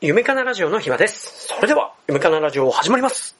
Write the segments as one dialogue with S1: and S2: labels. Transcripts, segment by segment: S1: ゆめかなラジオの暇です。それでは、ゆめかなラジオ始まります。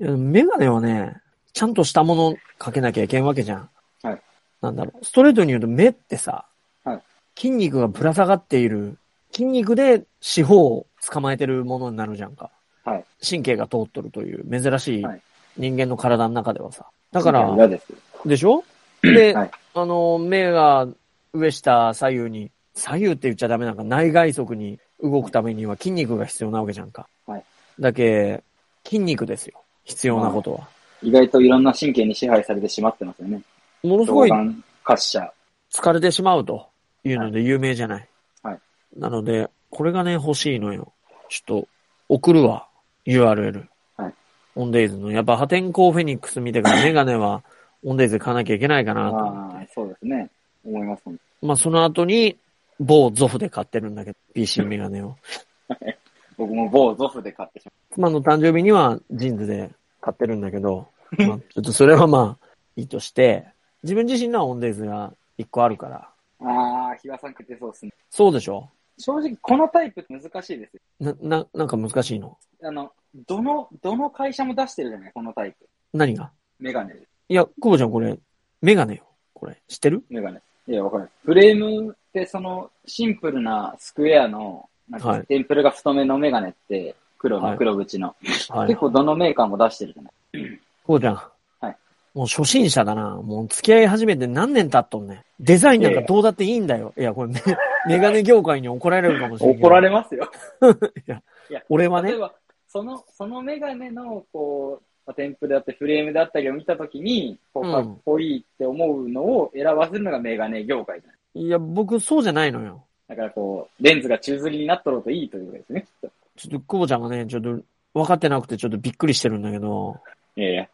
S2: いやメガネはね、ちゃんとしたものかけなきゃいけんわけじゃん。
S3: はい。
S2: なんだろう。ストレートに言うと目ってさ、
S3: はい。
S2: 筋肉がぶら下がっている、筋肉で四方を捕まえてるものになるじゃんか。
S3: はい。
S2: 神経が通っとるという珍しい
S3: はい
S2: 人間の体の中ではさ。だから、
S3: 嫌です。
S2: で しょで、
S3: はい
S2: あの、目が上下左右に、左右って言っちゃダメなんか、内外側に動くためには筋肉が必要なわけじゃんか。
S3: はい。
S2: だけ、筋肉ですよ。必要なことは。
S3: 意外といろんな神経に支配されてしまってますよね。
S2: ものすご
S3: 動
S2: い
S3: 眼滑車。
S2: 疲れてしまうというので有名じゃない。
S3: はい
S2: なので、これがね、欲しいのよ。ちょっと、送るわ。URL。
S3: はい
S2: オンデイズの。やっぱ破天荒フェニックス見て からメガネはオンデイズで買わなきゃいけないか
S3: あ
S2: なと思って
S3: あー、そうですね。思いますもん。
S2: まあその後に、某ゾフで買ってるんだけど、PC メガネを。
S3: 僕も某ゾフで買ってしま
S2: 妻の誕生日にはジーンズで買ってるんだけ ど、まあ、ちょっとそれはまあ、いいとして、自分自身のはオンデイズが一個あるから。
S3: う。ああ、日和さん食ってそうですね。
S2: そうでしょ
S3: 正直、このタイプって難しいですよ。
S2: な、な、なんか難しいの
S3: あの、どの、どの会社も出してるじゃない、このタイプ。
S2: 何が
S3: メガネです。
S2: いや、久保ちゃんこれ、メガネよ。これ、知ってる
S3: メガネ。いや、わかる。フレームって、その、シンプルなスクエアの、なん
S2: は
S3: か
S2: い、
S3: テンプルが太めのメガネって、黒
S2: は
S3: の、
S2: い
S3: 黒縁の。
S2: はい。
S3: 結
S2: 久
S3: 構どのメーカーも出してるじゃない。
S2: 保ちゃん。
S3: はい。
S2: もう初心者だな。もう付き合い始めて何年経っとんねん。デザインなん
S3: い
S2: か
S3: やいや
S2: どうだっていいんだよ。いや、これメ、 メガネ業界に怒られるかもしれない。
S3: 怒られますよ。
S2: 俺は
S3: 例
S2: ね
S3: え。ば、その、そのメガネの、こう、まあテンプであってフレームであったりを見たときに、こ
S2: う
S3: う、
S2: ん
S3: かっこいいって思うのを選ばせるのがメガネ業界じゃない。
S2: いや、僕そうじゃないのよ。
S3: だからこう、レンズが宙吊りになっとろうといいということですね、きっと。
S2: ちょっと久保ちゃんがね、ちょっと分かってなくてちょっとびっくりしてるんだけど。
S3: いやいや、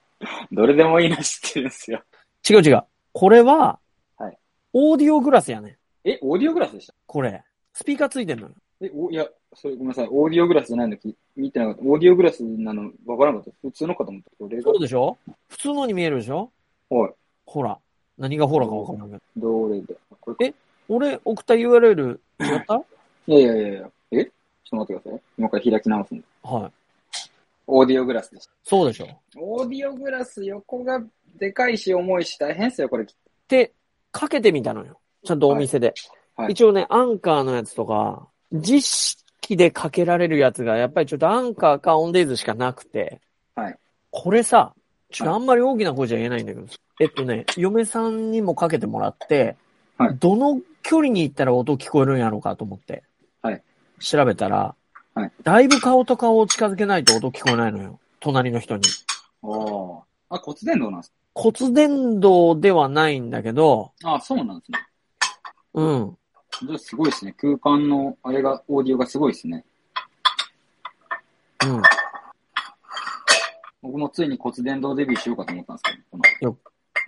S3: どれでもいいの知ってるんですよ。
S2: 違う違う。これは、
S3: はい
S2: オーディオグラスやねん。
S3: え、オーディオグラスでした
S2: これ。スピーカーついてんのよ。
S3: え、お、いや、それごめんなさい、オーディオグラスじゃないのき見てなかった。オーディオグラスなのわからなかった。普通のかと思った。これが
S2: そう、でしょ普通のに見えるでしょ
S3: はい。
S2: ほら。何がほらかわかんないけど。
S3: どれで。これか
S2: 俺、送った URL 違った
S3: いやいやいやいや。えちょっと待ってください。今から開き直すんで。
S2: はい。
S3: オーディオグラスでした
S2: そうでしょ。っ
S3: オーディオグラス横がでかいし重いし大変ですよ、これ。
S2: て、かけてみたのよ。ちゃんとお店で。
S3: はいはい
S2: 一応ね、アンカーのやつとか、実機でかけられるやつが、やっぱりちょっとアンカーかオンデイズしかなくて。
S3: はい。
S2: これさ、ちょっと
S3: は
S2: あんまり大きな声じゃ言えないんだけど、えっとね、嫁さんにもかけてもらって、
S3: はい
S2: どの距離に行ったら音聞こえるんやろうかと思って、
S3: はい
S2: 調べたら、
S3: はい
S2: だいぶ顔と顔を近づけないと音聞こえないのよ。隣の人に。
S3: おーあ、骨伝導なんです
S2: 骨伝導ではないんだけど、
S3: かあ、そうなんですね。
S2: うん。
S3: じゃあすごいですね。空間の、あれが、オーディオがすごいですね。
S2: うん。い
S3: 僕もついに骨伝導デビューしようかと思ったんですけど、こ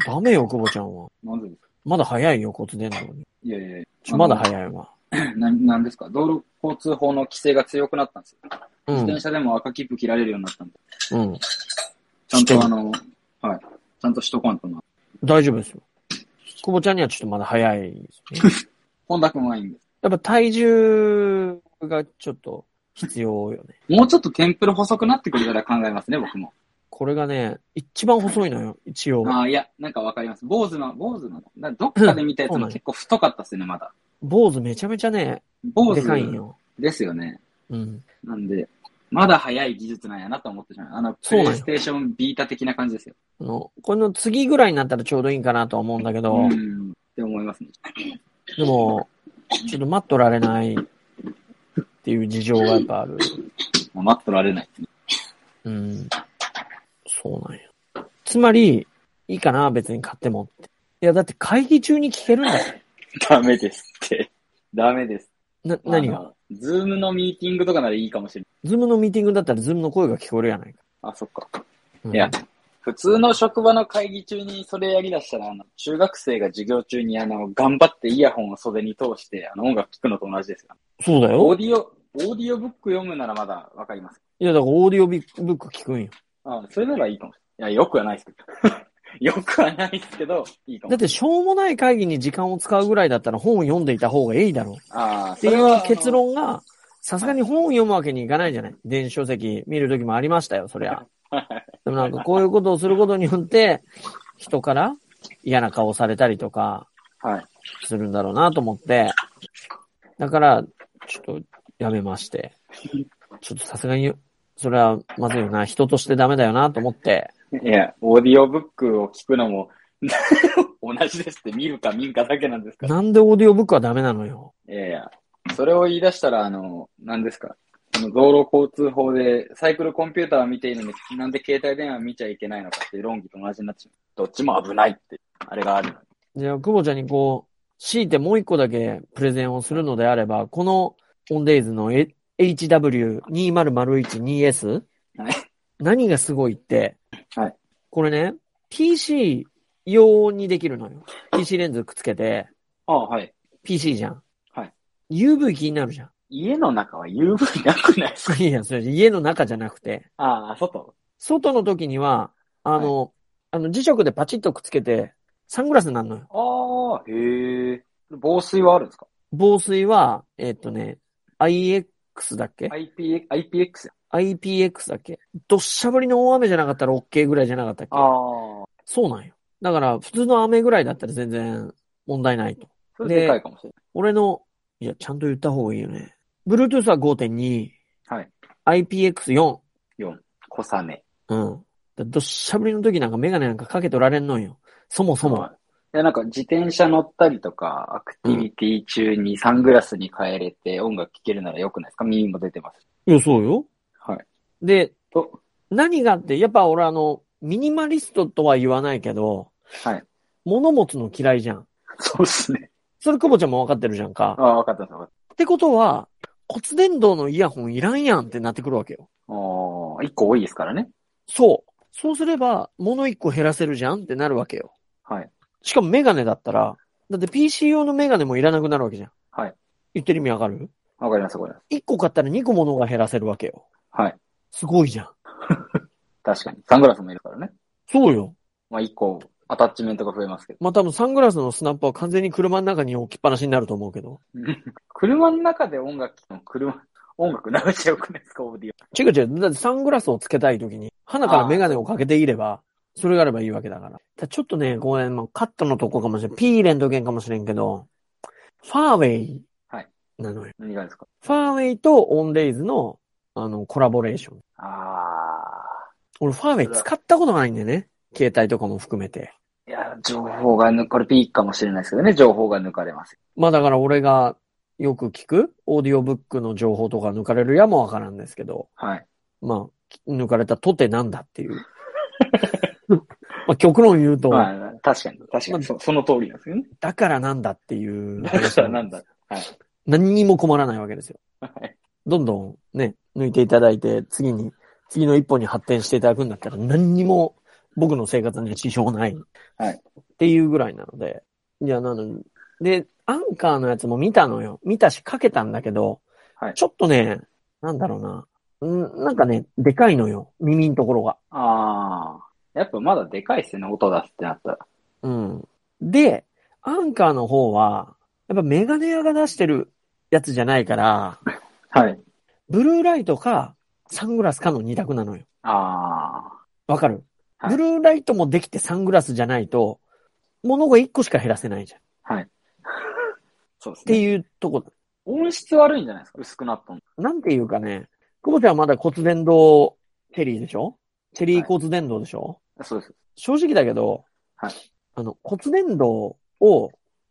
S2: ダメよ、久保ちゃんは。
S3: の、なんでですか
S2: まだ早いよ、骨伝導に。
S3: いやいやい
S2: ち
S3: や。
S2: ょまだ
S3: い。
S2: 早いわ。
S3: な、なんですか道路交通法の規制が強くなったんですよ。
S2: うん
S3: 自転。車でも赤切符切られるようになったんで。
S2: うん。
S3: ちゃん
S2: 知ってる
S3: とあの、はい。ちゃんとしとこんとな。
S2: 大丈夫ですよ。久保ちゃんにはちょっとまだ早い ですね、
S3: 本田くんはいいんです。
S2: やっぱ体重がちょっと必要よね。
S3: もうちょっとテンプル細くなってくれたら考えますね、僕も。
S2: これがね、一番細いのよ、一応。
S3: ああ、いや、なんかわかります。坊主の、坊主の、などっかで見たやつ
S2: そうな
S3: も
S2: んや
S3: 結構太かったっすね、まだ。
S2: 坊主めちゃめちゃね、
S3: 坊主
S2: でかいんよ。
S3: ですよね。
S2: うん。
S3: なんで、まだ早い技術なんやなと思ってしまう。あの、プ
S2: そう
S3: レ
S2: なんよ
S3: イステーションビータ的な感じですよ。
S2: あの、この次ぐらいになったらちょうどいいかなとは思うんだけど、
S3: うん。って思いますね。
S2: でも、ちょっと待っとられないっていう事情がやっぱある。
S3: まあ、待っとられないですね。
S2: うん。そうなんや。つまり、いいかな、別に買ってもって。いや、だって会議中に聞けるんだよ。
S3: ダメですって。ダメです。
S2: な、何が
S3: あのズームのミーティングとかならいいかもしれ
S2: ズームのミーティングだったらズームの声が聞こえるやないか。
S3: ない。あ、そっか。
S2: うん
S3: いや、普通の職場の会議中にそれやりだしたら、あの、中学生が授業中に、あの、頑張ってイヤホンを袖に通して、あの、音楽聴くのと同じですよ。
S2: そうだよ
S3: オー。ディオ、オーディオブック読むならまだわかります。
S2: いや、だからオーディオビブック聞くんよ。
S3: あそれならいいかもしいや、よくはないですけど。 よくはないですけど、いいか
S2: だ
S3: も
S2: っ。て、しょうもない会議に時間を使うぐらいだったら本を読んでいた方がいいだろう。
S3: ああ、
S2: って
S3: それ
S2: いう
S3: は。
S2: 結論が、さすがに本を読むわけにいかないじゃない。電子書籍見るときもありましたよ、そりゃ。でもなんかこういうことをすることによって、人から嫌な顔をされたりとか
S3: あの。はい。
S2: するんだろうなと思って、だから、ちょっとやめまして、ちょっとさすがに、それはまずいよな、人としてダメだよなと思って、
S3: いや、オーディオブックを聞くのも 同じですって、見るか見んかだけなんですから。
S2: なんでオーディオブックはダメなのよ。
S3: いやいや、それを言い出したら、あの、何ですか。その道路交通法でサイクルコンピューターは見ていいのに、なんで携帯電話見ちゃいけないのかっていう論議と同じになっちゃう。どっちも危ないって、あれがある。
S2: じゃあ、久保ちゃんにこう、強いてもう一個だけプレゼンをするのであれば、このオンデイズの HW20001-2S、
S3: はい
S2: 何がすごいって、
S3: はい
S2: これね、PC 用にできるのよ。PC レンズくっつけて、
S3: ああ、はい。
S2: PC じゃん。
S3: はい
S2: UV 気になるじゃ
S3: 家の中は UV なくないですか
S2: ん。いや、それ家の中じゃなくて、
S3: ああ、外。
S2: 外の時には、あの、あの磁石でパチッとくっつけて、サングラスになるのよ。
S3: ああ、へえ。防水はあるんですか
S2: 防水は、えっとね、IX だっけ
S3: ?IP、IPX?
S2: ?IPX だっけどっしゃ降りの大雨じゃなかったら OK ぐらいじゃなかったっけ
S3: ああ。
S2: そうなんよ。だから、普通の雨ぐらいだったら全然問題ないと。
S3: それでかいかもしれない。
S2: 俺の、いや、ちゃんと言った方がいいよね。Bluetooth は5.2。
S3: はい。
S2: IPX4。
S3: 小雨。
S2: うん。だどっしゃぶりの時なんかメガネなんかかけとられんのんよ。そもそも。
S3: いや、なんか自転車乗ったりとか、アクティビティ中にサングラスに変えれて音楽聴けるならよくないですか耳も出てます。
S2: いや、そうよ。
S3: はい。
S2: で、
S3: と、
S2: 何があって、やっぱ俺あの、ミニマリストとは言わないけど、
S3: はい。
S2: 物持つの嫌いじゃん。
S3: そうっすね。
S2: それ久保ちゃんもわかってるじゃんか。
S3: ああ、わかったわかっ
S2: ってことは、骨伝導のイヤホンいらんやんってなってくるわけよ。
S3: た。おー、一個多いですからね。
S2: そう。そうすれば、物一個減らせるじゃんってなるわけよ。
S3: はい。
S2: しかもメガネだったら、だって PC 用のメガネもいらなくなるわけじゃん。
S3: はい。
S2: 言ってる意味わかる
S3: わかりますわかります。
S2: 一個買ったら二個物が減らせるわけよ。
S3: はい。
S2: すごいじゃん。
S3: 確かに。サングラスもいるからね。
S2: そうよ。
S3: まあ一個、アタッチメントが増えますけど。
S2: まあ、多分サングラスのスナップは完全に車の中に置きっぱなしになると思うけど。
S3: 車の中で音楽聴くの、車、音楽流しちゃよくないですかオーディ
S2: 違う違う。だってサングラスをつけたい時に、鼻からメガネをかけていれば、それがあればいいわけだから。だからちょっとね、ごめん、まあ、カットのとこかもしれん。ピーレンとけんかもしれんけど、ファーウェイ。
S3: はい。
S2: なのよ。
S3: オ。何がですか
S2: ファーウェイとオンレイズの、あの、コラボレーション。
S3: あ
S2: 俺、ファーウェイ使ったことがないんでね。携帯とかも含めて。
S3: ー。いや、情報が抜、これピークかもしれないですけどね、情報が抜かれます。
S2: まあだから俺がよく聞く、オーディオブックの情報とか抜かれるやもわからんですけど、
S3: はい。
S2: まあ、抜かれたとてなんだっていう。 まあ極論言うと、
S3: まあ、確かに、確か
S2: まあ
S3: に、そその通りなんですよね。
S2: だからなんだっていう。
S3: だからなんだ。はい。
S2: 何にも困らないわけですよ。
S3: はい
S2: どんどんね、抜いていただいて、次に、次の一歩に発展していただくんだったら、何にも僕の生活には支障ない。
S3: はい
S2: っていうぐらいなので。いや、なのに。で、アンカーのやつも見たのよ。見たし、かけたんだけど、
S3: はい
S2: ちょっとね、なんだろうな。うんなんかね、でかいのよ。耳のところが。
S3: ああ。やっぱまだでかいっすね、音出すってなったら。
S2: うん。で、アンカーの方は、やっぱメガネ屋が出してるやつじゃないから、
S3: はい。
S2: ブルーライトか、サングラスかの二択なのよ。
S3: あ
S2: わかる、
S3: は
S2: ブ
S3: い
S2: ルーライトもできてサングラスじゃないと、物が一個しか減らせないじゃん。っ
S3: あ。はい。そうです
S2: て
S3: ね。
S2: いうとこ。
S3: 音質悪いんじゃないですか薄くなったの。
S2: なんていうかね、久保ちゃんはまだ骨伝導チェリーでしょチェリー骨伝導でしょ、
S3: そうです。
S2: 正直だけど、
S3: はい
S2: あの、骨伝導を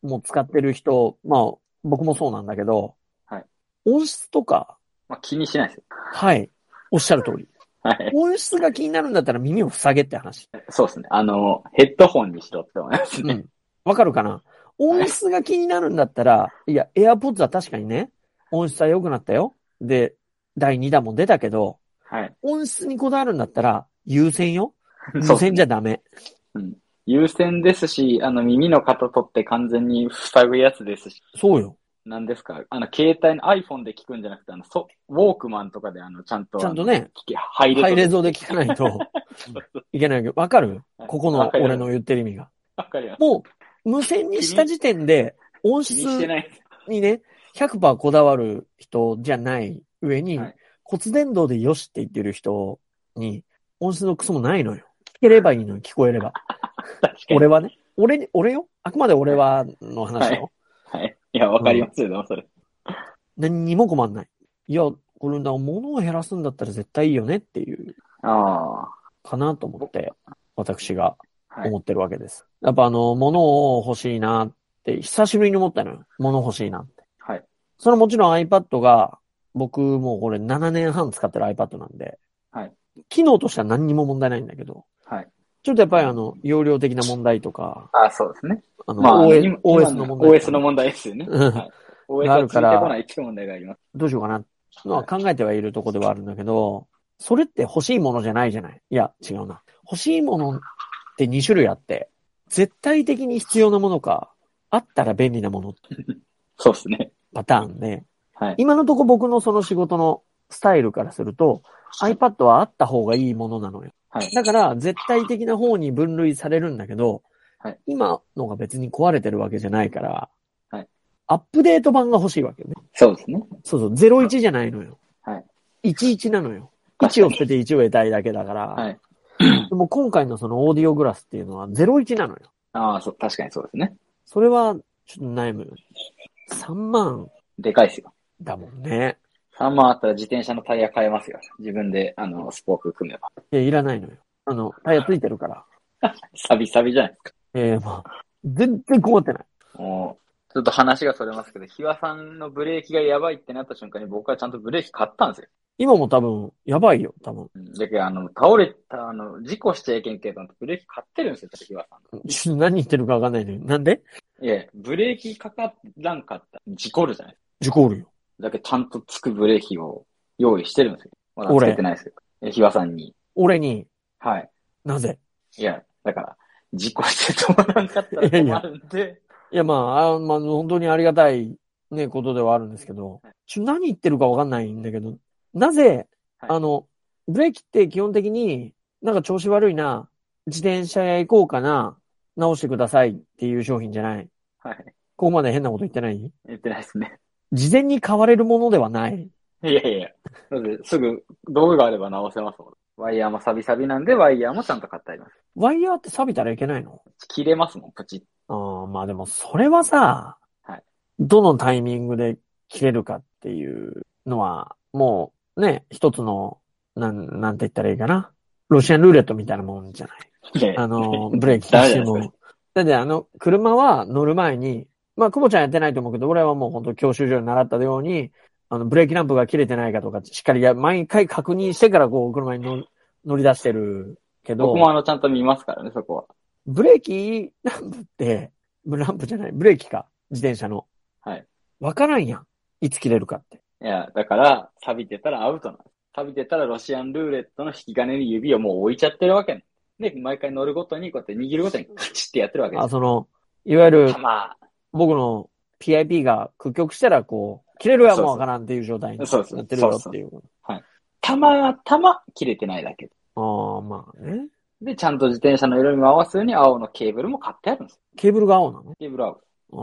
S2: もう使ってる人、まあ、僕もそうなんだけど、
S3: はい
S2: 音質とか、
S3: まあ気にしないですよ。
S2: はい、おっしゃる通 り。
S3: はい。
S2: 音質が気になるんだったら耳を塞げって話。
S3: そうですね。あの、ヘッドホンにしろって思います
S2: う
S3: ね。
S2: ん。わかるかな音質が気になるんだったら、いや、AirPods は確かにね、音質は良くなったよ。で、第2弾も出たけど、
S3: はい。
S2: 音質にこだわるんだったら、優先よ。優
S3: そうです
S2: 先
S3: ね
S2: じゃダメ。
S3: 優先ですし、あの耳の型取って完全に塞ぐやつですし、
S2: そうよ。
S3: なんですか、あの、携帯の iPhone で聞くんじゃなくて、あの、そウォークマンとかで、あの、ちゃんと、
S2: ちゃんとね、
S3: 聞け、ハイレゾ
S2: ハイレゾで聞かないといけないけど、わかる
S3: はい
S2: ここの
S3: わかります
S2: 俺の言ってる意味が。
S3: わかります。
S2: もう、無線にした時点で、音
S3: 気
S2: 質
S3: にしてないです。
S2: にね、100%こだわる人じゃない上に、
S3: はい
S2: 骨伝導でよしって言ってる人に、音質のクソもないのよ。聞ければいいのよ、聞こえれば。 俺はね、俺に、俺よ。あくまで俺はの話よ。
S3: はい。いや、わかりますよ、でもそれ。
S2: 何にも困んない。いや、これな、物を減らすんだったら絶対いいよねっていう、
S3: あ
S2: かなと思って、私が
S3: あ。はい
S2: 思。ってるわけです。やっぱあの、物を欲しいなって、久しぶりに思ったのよ。物欲しいなって。
S3: はい。
S2: それはもちろん iPad が、僕もうこれ7年半使ってる iPad なんで、
S3: はい。
S2: 機能としては何にも問題ないんだけど、
S3: はい。
S2: ちょっとやっぱりあの、容量的な問題とか、
S3: ああ、そうですね。
S2: あの、
S3: まあ、
S2: OS,
S3: 今
S2: OS
S3: 今
S2: の問題と
S3: OS
S2: か
S3: の問題ですよね。
S2: うん
S3: はい
S2: があ
S3: OS
S2: る
S3: をついて
S2: から
S3: こないって問題があります。
S2: どうしようかな、のは考えてはいるとこではあるんだけど、それって欲しいものじゃないじゃないいや、違うな。欲しいものって2種類あって、絶対的に必要なものか、あったら便利なもの
S3: そうですね。
S2: パターンで、
S3: はい。
S2: 今のとこ僕のその仕事のスタイルからすると、iPad はあった方がいいものなのよ。
S3: はい。
S2: だから、絶対的な方に分類されるんだけど、
S3: はい
S2: 今のが別に壊れてるわけじゃないから、
S3: はい
S2: アップデート版が欲しいわけよね。
S3: そうですね。
S2: そうそう、01じゃないのよ。。
S3: はい
S2: 11なのよ。
S3: 確か
S2: 1
S3: に
S2: を捨てて1を得たいだけだから、
S3: はい。
S2: でも今回のそのオーディオグラスっていうのは01なのよ。
S3: ああ、そう、確かにそうですね。
S2: それは、ちょっと悩むよ。3万
S3: でかいですよ。
S2: だもんね。
S3: 3万あったら自転車のタイヤ変えますよ。自分で、あの、スポーク組めば。
S2: いや、いらないのよ。あの、タイヤついてるから。
S3: サビサビじゃないですか。
S2: ええまあ、全然困ってない。
S3: もう、ちょっと話がそれますけど、ひわさんのブレーキがやばいってなった瞬間に僕はちゃんとブレーキ買ったんですよ。
S2: 今も多分、やばいよ、多分。
S3: うんだけど、あの、倒れた、あの、事故しちゃいけんけど、ブレーキ買ってるんですよ、ひわさん。
S2: ちょっと何言ってるかわかんないのよ。なんで
S3: いや、ブレーキかからんかったら事故るじゃないです
S2: 事故るよ。
S3: か。だけど、ちゃんとつくブレーキを用意してるんですよ。まだ
S2: 俺
S3: つけてないですよ。えひわさんに。
S2: 俺に、
S3: はい。
S2: なぜ
S3: いや、だから、事故して止まらんかったら困るんで、
S2: いや、まあ、あまあ、本当にありがたい、ね、ことではあるんですけど、ちょ何言ってるかわかんないんだけど、なぜ、
S3: はい
S2: あの、ブレーキって基本的になんか調子悪いな、自転車屋行こうかな、直してくださいっていう商品じゃない。
S3: はい。
S2: ここまで変なこと言ってない
S3: 言ってないですね。
S2: 事前に買われるものではない。
S3: いやいやいや。だって、すぐ道具があれば直せますもん。ワイヤーもサビサビなんで、ワイヤーもちゃんと買ってあります。
S2: ワイヤーって錆びたらいけないの
S3: 切れますもん、プチッ。
S2: ああ、まあでもそれはさ、
S3: はい
S2: どのタイミングで切れるかっていうのは、もうね、一つの、なん、なんて言ったらいいかな。ロシアンルーレットみたいなもんじゃない。あの、 ブレーキ
S3: ダメ
S2: し
S3: じ
S2: て
S3: ゃないです
S2: も。だってあの、車は乗る前に、まあ、久保ちゃんやってないと思うけど、俺はもう本当教習所に習ったように、あの、ブレーキランプが切れてないかとか、しっかりや、毎回確認してからこう、車に乗乗り出してるけど。
S3: 僕もあの、ちゃんと見ますからね、そこは。
S2: ブレーキ ランプって、ブランプじゃない、ブレーキか、自転車の。
S3: はい。
S2: わからんやん。いつ切れるかって。
S3: いや、だから、錆びてたらアウトなんです。錆びてたらロシアンルーレットの引き金に指をもう置いちゃってるわけね。で、毎回乗るごとに、こうやって握るごとにカチッってやってるわけで
S2: あ、
S3: す。
S2: その、いわゆる
S3: た、ま
S2: 僕の PIP が屈曲したら、こう、切れるやもわからんっていう状態にな
S3: そうそう
S2: ってるよっていう。
S3: たまたま切れてないだけ。
S2: ああ、まあね。
S3: で、ちゃんと自転車の色にも合わすように青のケーブルも買ってあるんです。
S2: ケーブルが青なの
S3: ケーブル青。
S2: う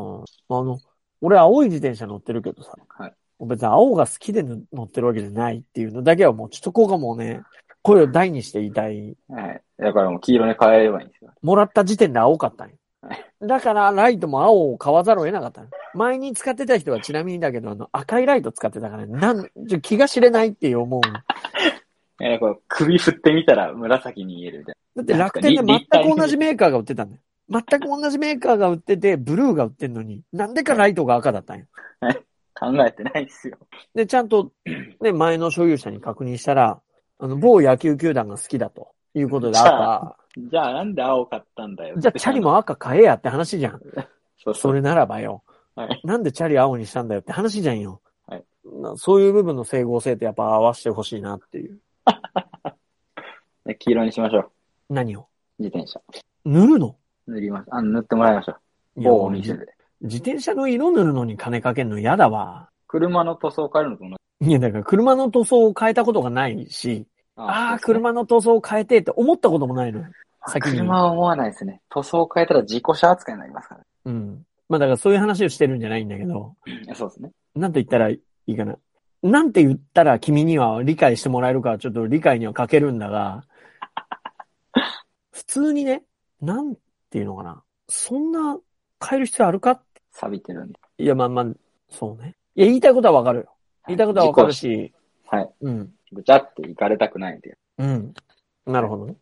S2: ん。あの、俺青い自転車乗ってるけどさ。
S3: はい。
S2: 別に青が好きで乗ってるわけじゃないっていうのだけはもう、ちょっとこうがもうね、声を大にして言いたい
S3: はい。だからもう黄色に変えればいいんですよ。
S2: もらった時点で青かったんよ
S3: は。
S2: だから、ライトも青を買わざるを得なかったの。前に使ってた人はちなみにだけど、あの、赤いライト使ってたから、なん、ちょ気が知れないって思う。だ
S3: えこう首振ってみたら紫に見えるみたい
S2: って楽天で全く同じメーカーが売ってたんだよ。全く同じメーカーが売ってて、ブルーが売ってんのに、なんでかライトが赤だったんよ。
S3: な。考えてないですよ。
S2: で、ちゃんと、ね、前の所有者に確認したら、あの、某野球球団が好きだということで
S3: じゃ
S2: 赤、
S3: じゃあなんで青買ったんだよって。
S2: じゃあチャリも赤買えやって話じゃん。
S3: そうそ。
S2: そうれならばよ。
S3: はい
S2: なんでチャリ青にしたんだよって話じゃんよ。
S3: はい
S2: なそういう部分の整合性ってやっぱ合わせてほしいなっていう。
S3: で黄色にしましょう。
S2: 何を
S3: 自転車。
S2: 塗るの
S3: 塗ります。あの、塗ってもらいましょう。
S2: いや
S3: 某お店で。
S2: 自転車の色塗るのに金かけるの嫌だわ。
S3: 車の塗装を変えるのと同じ。
S2: いや、だから車の塗装を変えたことがないし、ああー、
S3: そうですね
S2: 車の塗装を変えてって思ったこともないのよ。先に
S3: 車は思わないですね。塗装を変えたら事故車扱いになりますから
S2: うん。まあだからそういう話をしてるんじゃないんだけど、
S3: ねいや。そうですね。
S2: なんて言ったらいいかな。なんて言ったら君には理解してもらえるかはちょっと理解には欠けるんだ が、普通にね、なんていうのかな。そんな変える必要あるか
S3: 錆びてるんで。
S2: いや、まあまあ、そうね。いや、言いたいことはわかるよ。言いたいことはわかるし、
S3: 事故は。はい。
S2: うん。
S3: ぐちゃって行かれたくないんで。
S2: うん。なるほど ね。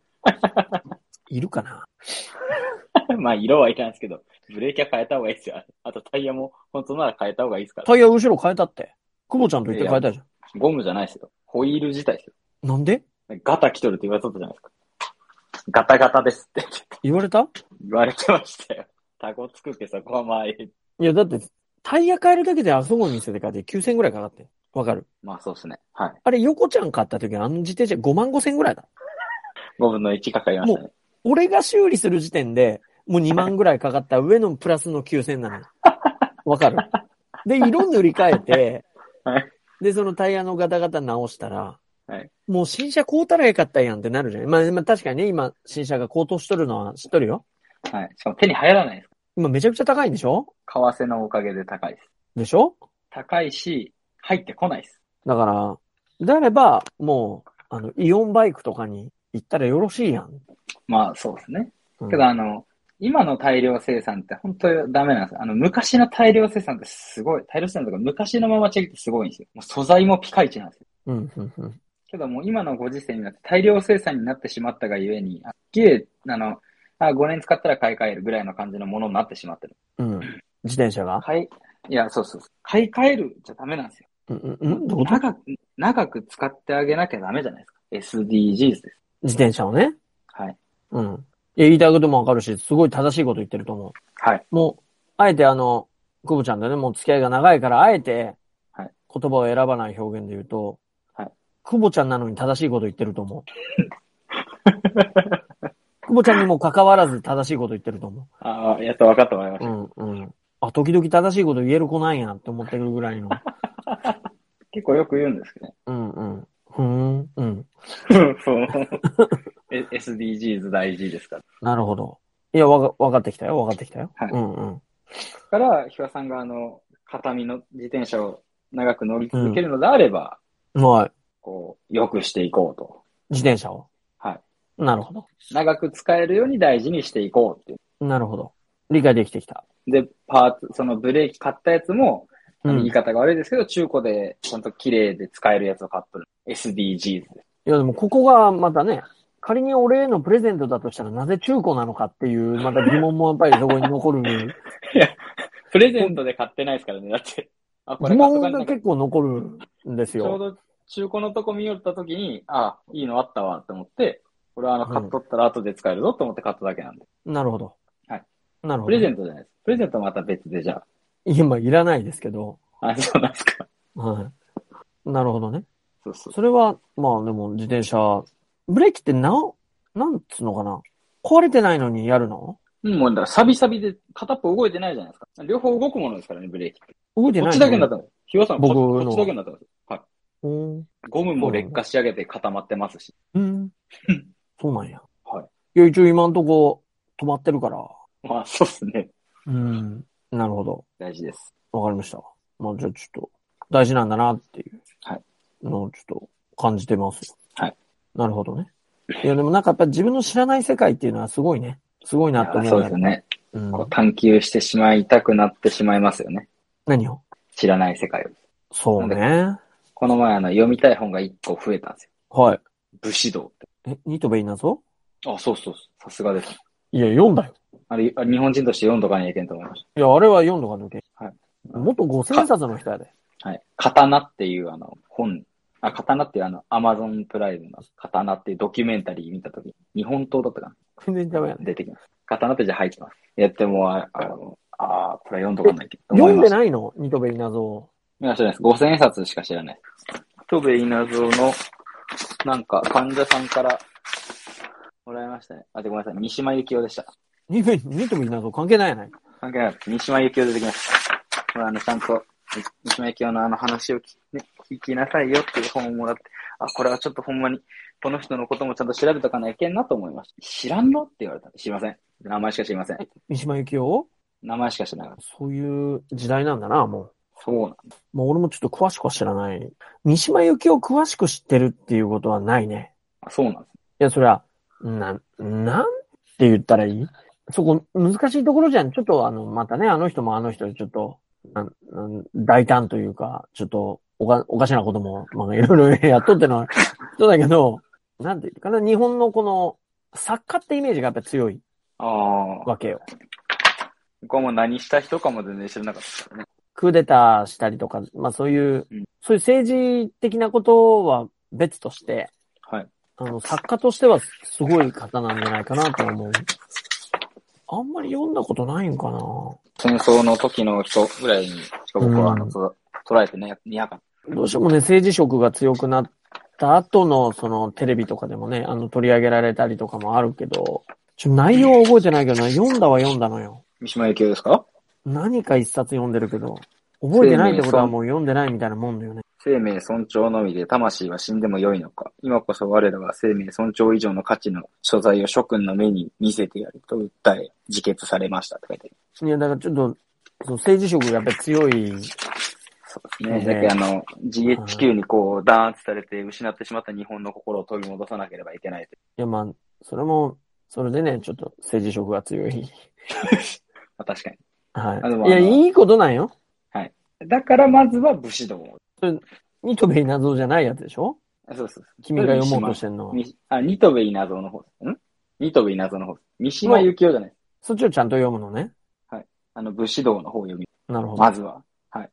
S2: いるかな
S3: まあ、色はいらんすけど、ブレーキは変えた方がいいですよ。あとタイヤも、本当なら変えた方がいいですから。
S2: タイヤ後ろ変えたって。久保ちゃんと言って変えたじゃ
S3: ゴムじゃないですよ。ホイール自体ですよ。
S2: ん。なんで
S3: ガタ来とるって言われとったじゃないですか。ガタガタですって
S2: 言われた
S3: 言われてましたよ。タコつくけそこはまあ、ええ
S2: いや、だって、タイヤ変えるだけであそこの店で買って9000ぐらいかかってん。わかる
S3: まあそうですね。はい。
S2: あれ、横ちゃん買った時のあの自転車5万5000ぐらいだ。
S3: 5分の1かかりましたね。
S2: 俺が修理する時点で、もう2万ぐらいかかった上のプラスの9000なのよ。わかるで、色塗り替えて
S3: はい、
S2: で、そのタイヤのガタガタ直したら
S3: はい、
S2: もう新車買うたらええかったやんってなるじゃん。まあ、まあ確かにね、今、新車が高騰しとるのは知っとるよ。
S3: はい。しかも手に入らないです。
S2: 今めちゃくちゃ高いんでしょ
S3: 為替のおかげで高いです。
S2: でしょ
S3: 高いし、入ってこないです。
S2: だから、であれば、もう、あの、イオンバイクとかに行ったらよろしいやん。
S3: まあそうですね。
S2: うん
S3: けどあの、今の大量生産って本当にダメなんですよあの、昔の大量生産ってすごい、大量生産とか昔のままチェックってすごいんですよ。もう素材もピカイチなんですよ。
S2: うん、うん、うん。
S3: けどもう今のご時世になって大量生産になってしまったがゆえに、あっきり、あの、あ5年使ったら買い替えるぐらいの感じのものになってしまってる。
S2: うん。自転車が
S3: 買い、いや、そうそうそう。買い替えるじゃダメなんですよ。
S2: うん、うん、うん。どういうこと
S3: 長く、長く使ってあげなきゃダメじゃないですか。SDGs です。
S2: 自転車をね。
S3: はい。
S2: うん。いや、言いたいこともわかるし、すごい正しいこと言ってると思う。
S3: はい。
S2: もう、あえてあの、久保ちゃんとね、もう付き合いが長いから、あえて、
S3: はい
S2: 言葉を選ばない表現で言うと、
S3: はい
S2: 久保ちゃんなのに正しいこと言ってると 思う。久保ちゃんにも関わらず正しいこと言ってると思う。
S3: ああ、やっと分かったもらいまし
S2: う
S3: た。
S2: んうん。あ、時々正しいこと言える子なんやって思ってるぐらい の。
S3: 結構よく言うんですけどね。
S2: うんうん。ふーん。うん。
S3: そう。え SDGs 大事ですから。
S2: なるほど。いや、わか、わかってきたよ。わかってきたよ。
S3: はい
S2: うんうん。
S3: だから、ひわさんがあの、片身の自転車を長く乗り続けるのであれば、
S2: はい。
S3: こう、良くしていこうと。
S2: 自転車を。
S3: はい。
S2: なるほど。
S3: 長く使えるように大事にしていこうってい
S2: なるほど。理解できてきた。
S3: う。で、パーツ、そのブレーキ買ったやつも、
S2: う
S3: 言
S2: ん。
S3: い
S2: い
S3: 方が悪いですけど、中古でちゃんと綺麗で使えるやつを買っとる。SDGs です。
S2: や、でもここがまたね、仮に俺へのプレゼントだとしたらなぜ中古なのかっていう、また疑問もやっぱりそこに残る。
S3: プレゼントで買ってないですからね、だって。あ、 こ
S2: 疑
S3: れ買っとか
S2: 問
S3: な
S2: が
S3: きゃ
S2: 結構残るんです
S3: ちょう
S2: よ。
S3: ど中古のとこ見よったときに、あ、いいのあったわって思って、これはあの、買っとったら後で使えるぞと思って買っただけなんで。
S2: なるほど。
S3: はい。
S2: なるほ
S3: プレ
S2: ど
S3: ゼ。ントじゃないです。プレゼントはまた別でじゃ
S2: 今いらないですけど。
S3: あ。あ、そうなんですか。
S2: はい。なるほどね。
S3: そうそう。
S2: それは、まあでも自転車、ブレーキってな、なんつうのかな壊れてないのにやるの
S3: うん、もうだからサビサビで片っぽ動いてないじゃないですか。両方動くものですからね、ブレーキって。
S2: 動いて
S3: こ
S2: ないの
S3: っちだけになったんです。ひわさん、こ
S2: 僕の
S3: こっちだけになったんです。はい。
S2: うん。
S3: ゴムも劣化仕上げて固まってますし。
S2: うん。そうなんや。。
S3: はい
S2: いや、一応今んとこ止まってるから。
S3: まあ、そうっすね。
S2: うん。なるほど。
S3: 大事です。
S2: わかりました。まあじゃあちょっと、大事なんだなっていう。
S3: はい。
S2: のをちょっと感じてますよ。
S3: はい。
S2: なるほどね。いや、でもなんかやっぱ自分の知らない世界っていうのはすごいね。すごいなって
S3: あ
S2: 思う。
S3: そうですよ。ね。
S2: うん
S3: こ。う探求してしまいたくなってしまいますよね。
S2: 何を
S3: 知らない世界を。
S2: そうね。
S3: この前、あの、読みたい本が1個増えたんですよ。
S2: はい。
S3: 武士道って。
S2: え、ニトベイナぞ
S3: あ、そうそうそう。さすがです。
S2: いや、読んだよ。
S3: あれ、あ日本人として読んどかにいけんと思いまし
S2: いや、あれは読んどか抜け。
S3: はい。
S2: 元五千冊の人やで。
S3: た。はい。刀っていうあの、本、あ、刀っていうあの、アマゾンプライムの刀っていうドキュメンタリー見たとき、日本刀だったかな
S2: 全然ダメやね。
S3: 出てきます。刀ってじゃあ入ってます。やってもう、ああの、あーこれは読んどかないけんと思
S2: 読
S3: い
S2: ん
S3: ま
S2: で
S3: した。
S2: ないのニトベイナぞ
S3: いや、知らないです。5000円札しか知らない。戸部稲造の、なんか、患者さんから、もらいましたね。あ、で、ごめんなさい。三島由紀夫でした。
S2: ニトベイナぞ関係ないやない。
S3: 関係なかった。三島由紀夫出てきました。ほら、あの、ちゃんと、み三島由紀夫のあの話を聞,、ね、聞きなさいよっていう本をもらって、あ、これはちょっとほんまに、この人のこともちゃんと調べとかないけんなと思いました。知らんのって言われた。知りません。名前しか知りません。
S2: 三島由紀夫
S3: 名前しか知らなかっ
S2: そういう時代なんだな、もう。
S3: た。そうなん
S2: もう俺もちょっと詳しくは知らない。三島由紀夫を詳しく知ってるっていうことはないね。
S3: あそうなんです。
S2: いや、そりゃ、な、なんて言ったらいいそこ、難しいところじゃん。ちょっとあの、またね、あの人もあの人でちょっと、なんなん大胆というか、ちょっと、おか、おかしなことも、まあ、いろいろやっとってのは、そうだけど、なんて言うかな、日本のこの、作家ってイメージがやっぱ強い
S3: ああ。
S2: わけよ。
S3: 僕はもう何した人かも全然知らなかったからね。
S2: クーデターしたりとか、まあそういう
S3: うん、
S2: そういう政治的なことは別として、
S3: はい。
S2: あの、作家としてはすごい方なんじゃないかなとは思う。あんまり読んだことないんかな。
S3: 戦争の時の人ぐらいにしか僕は、あ
S2: う
S3: の、
S2: ん
S3: と捉えてね、いなかっ
S2: どうしてもね、政治色が強くなった後の、そのテレビとかでもね、あの、取り上げられたりとかもあるけど、ちょ、内容は覚えてないけどな、読んだは読んだのよ。
S3: た。三島由紀夫ですか
S2: 何か一冊読んでるけど、覚えてないってことはもう読んでないみたいなもんだよね。
S3: 生命尊重のみで魂は死んでも良いのか。今こそ我らが生命尊重以上の価値の所在を諸君の目に見せてやると訴え、自決されましたって書いてある。
S2: いや、だからちょっと、その政治色がやっぱり強い
S3: そうですね。
S2: ね
S3: だけどあの、GHQ にこう、弾圧されて失ってしまった日本の心を取り戻さなければいけないという。
S2: いや、まあ、それも、それでね、ちょっと政治色が強い。
S3: まあ、確かに。あで
S2: は
S3: も
S2: い。いや、
S3: あの
S2: いいことなんよ。
S3: だからまずは武士道を。
S2: ニトベイナゾじゃないやつでしょ
S3: あそうそうそう。
S2: 君が読もうとしてんのは。
S3: みあ、ニトベイナゾの方です。んニトベイナゾの方です。三島由紀夫じゃない。
S2: そっちをちゃんと読むのね。
S3: あの、武士道の方を読み、
S2: なるほど。
S3: まずは。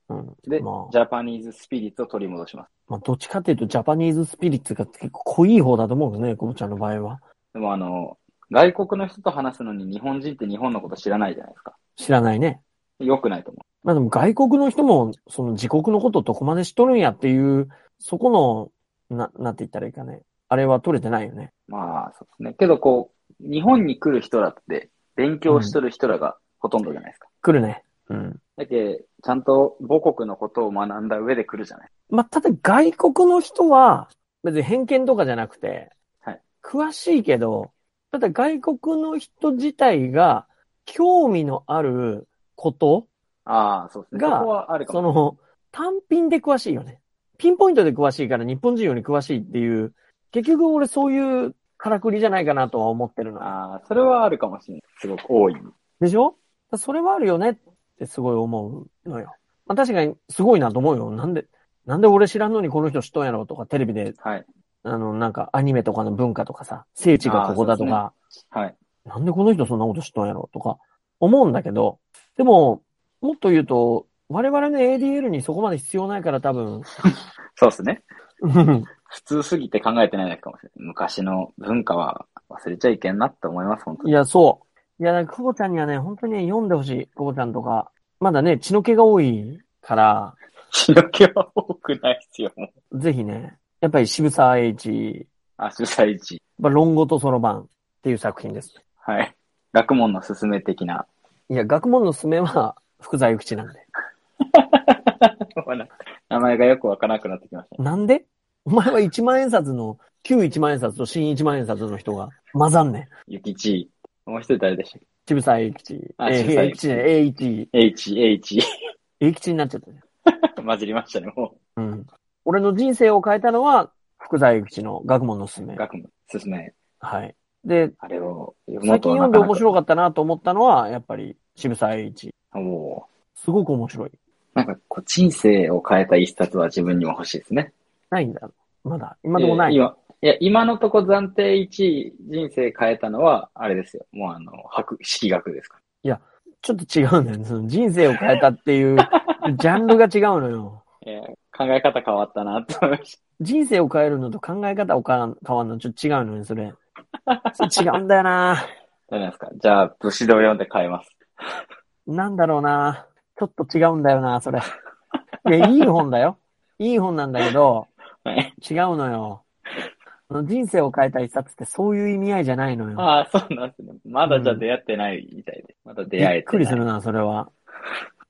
S2: うん。
S3: で、
S2: まあ、
S3: ジャパニーズスピリッツを取り戻します。
S2: まあ、どっちかっていうと、ジャパニーズスピリッツが結構濃い方だと思うよね、コブちゃんの場合は。
S3: でもあの、外国の人と話すのに日本人って日本のこと知らないじゃないですか。
S2: 知らないね。
S3: 良くないと思
S2: まあでも外国の人も、その自国のことどこまで知っとるんやっていう、そこの、な、なんて言ったらいいかね。あれは取れてないよね。
S3: う。まあ、そうですね。けどこう、日本に来る人らって勉強しとる人らがほとんどじゃないですか。
S2: 来るね。うん。
S3: だけどちゃんと母国のことを学んだ上で来るじゃない。
S2: まあ、ただ外国の人は、別に偏見とかじゃなくて、
S3: はい
S2: 詳しいけど、ただ外国の人自体が興味のあること、
S3: ああ、そうですね。
S2: が
S3: そこはあるか
S2: そ
S3: も。
S2: の、単品で詳しいよね。ピンポイントで詳しいから日本人より詳しいっていう、結局俺そういうからくりじゃないかなとは思ってるの。
S3: ああ、それはあるかもしれない。すごく多い。
S2: でしょそれはあるよねってすごい思うのよ。まあ、確かにすごいなと思うよ。なんで、なんで俺知らんのにこの人知っとんやろとかテレビで
S3: はい。
S2: あの、なんかアニメとかの文化とかさ、聖地がここだとか、
S3: はい。
S2: なんでこの人そんなこと知っとんやろとか思うんだけど、でも、もっと言うと、我々の ADL にそこまで必要ないから多分、
S3: そうですね。
S2: うん
S3: 普通すぎて考えてないだけかもしれない。昔の文化は忘れちゃいけんなって思います、本当
S2: い
S3: に。
S2: や、そう。いや、だから久保ちゃんにはね、本当にね読んでほしい。久保ちゃんとか。まだね、血の気が多いから、
S3: 血の気は多くないですよ、もう。
S2: ぜひね、やっぱり渋沢栄一、
S3: あ、主催地。
S2: まあ論語とそろばんっていう作品です。
S3: はい。学問の勧め的な。
S2: いや、学問のすめは、福沢諭吉なんで。
S3: 名前がよくわからなくなってきました。
S2: なんでお前は1万円札の、旧1万円札と新1万円札の人が混ざんねん。
S3: ゆきち。もう一人誰でしたっ
S2: 渋沢栄吉。
S3: あ
S2: え
S3: 渋沢
S2: ー
S3: 栄
S2: 栄
S3: 吉
S2: 吉じゃない栄一。
S3: け ?H、H。
S2: 栄吉になっちゃったね。
S3: 混じりましたね、も
S2: うん。俺の人生を変えたのは、福沢栄吉の学問のすすめ
S3: う。。学問の勧め。
S2: はい。で、
S3: あれを読
S2: 最近読んで面白
S3: か
S2: かったなと思ったのは、やっぱり渋沢栄一。
S3: った。も
S2: すごく面白い。
S3: う、なんかこう、人生を変えた一冊は自分にも欲しいですね。
S2: ないんだ。まだ。今でもない。
S3: えー今いや、今のとこ暫定1位、人生変えたのは、あれですよ。もうあの、博、式学ですか。
S2: ちょっと違うんだよね。その人生を変えたっていう、ジャンルが違うのよ。
S3: えー考え方変わったなって思いまし
S2: 人生を変えるのと考え方を変わん変わるのちょっと違うのに、それ。それ違うんだよな
S3: た。誰ですかじゃあ、武士道読んで変えます。
S2: なんだろうなちょっと違うんだよなそれ。いや、いい本だよ。いい本なんだけど、
S3: はい。
S2: 違うのよ。その人生を変えた一冊ってそういう意味合いじゃないのよ。
S3: ああ、そうなんですね。まだじゃあ出会ってないみたいで。まだ
S2: び
S3: 出会えてない。
S2: っくりするな、それは。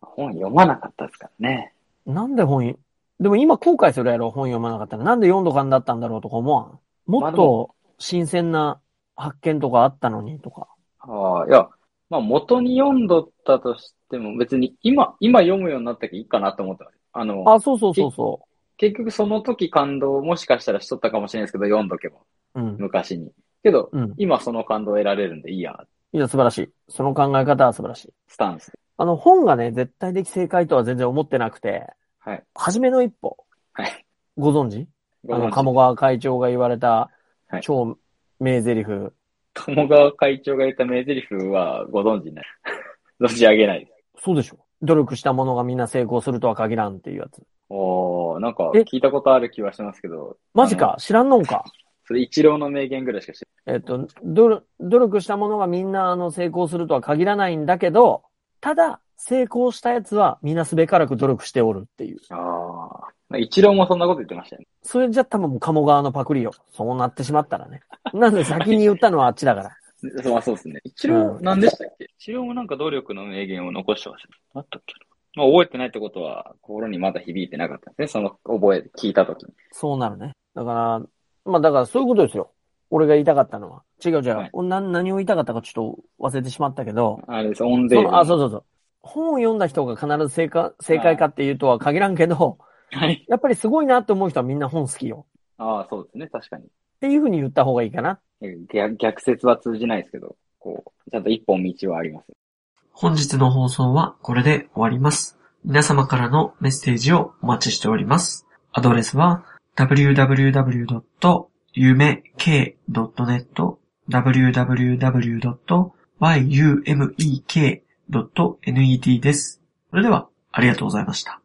S3: 本読まなかったですからね。
S2: なんで本い、でも今後悔するやろ、本読まなかったら。なんで読んどかんだったんだろうとか思わん。もっと新鮮な発見とかあったのにとか。
S3: ああ、いや、まあ元に読んどったとしても、別に今、今読むようになったけどいいかなと思った。あの、
S2: あ、そうそうそうそ
S3: 結局その時感動をもしかしたらしとったかもしれないですけど、読んどけば、
S2: う。うん。
S3: 昔に。けど、
S2: うん。
S3: 今その感動を得られるんでいいや、
S2: いや、素晴らしい。その考え方は素晴らしい。
S3: スタンス。
S2: あの、本がね、絶対的正解とは全然思ってなくて、
S3: はい。
S2: 初めの一歩、
S3: はい。
S2: ご存知あの、鴨
S3: ご存
S2: 川会長が言われた
S3: はい、
S2: 超名台詞、
S3: 知鴨川会長が言った名台詞はご存知ない。 存じ上げないです。
S2: そうでしょ努力した者がみんな成功するとは限らんっていうやつ。
S3: おー、なんか
S2: え
S3: 聞いたことある気はしますけど。
S2: マジ
S3: あの
S2: か知らんのんか
S3: それ一郎の名言ぐらいしか知
S2: えっと、努力努力した者がみんなあの成功するとは限らないんだけど、ただ、成功したやつはみんなすべからく努力しておるっていう。
S3: らない。ああ。一郎もそんなこと言ってましたよね。
S2: それじゃ多分もう鴨川のパクリよ。そうなってしまったらね。なんで先に言ったのはあっちだから。
S3: そう、あそうですね。一郎
S2: う、ん
S3: 何でしたっけ一郎もなんか努力の名言を残してましたね。あったっけなまあ、覚えてないってことは、心にまだ響いてなかったんですね。その、覚え、聞いたときに。
S2: そうなるね。だから、まあだからそういうことですよ。俺が言いたかったのは。違う違。
S3: はいう
S2: おな何を言いたかったかちょっと忘れてしまったけど、
S3: あれです、音
S2: そ
S3: 声。
S2: のあ、そうそうそう。本を読んだ人が必ず正解正解かっていうとは限らんけど、
S3: はい。
S2: やっぱりすごいなって思う人はみんな本好きよ。
S3: ああ、そうですね。確かに。
S2: っていうふうに言った方がいいかな。
S3: 逆逆説は通じないですけど、こう、ちゃんと一本道はあります。
S4: 本日の放送はこれで終わります。皆様からのメッセージをお待ちしております。アドレスは www.yumek.net www.yumek.net です。それでは、ありがとうございました。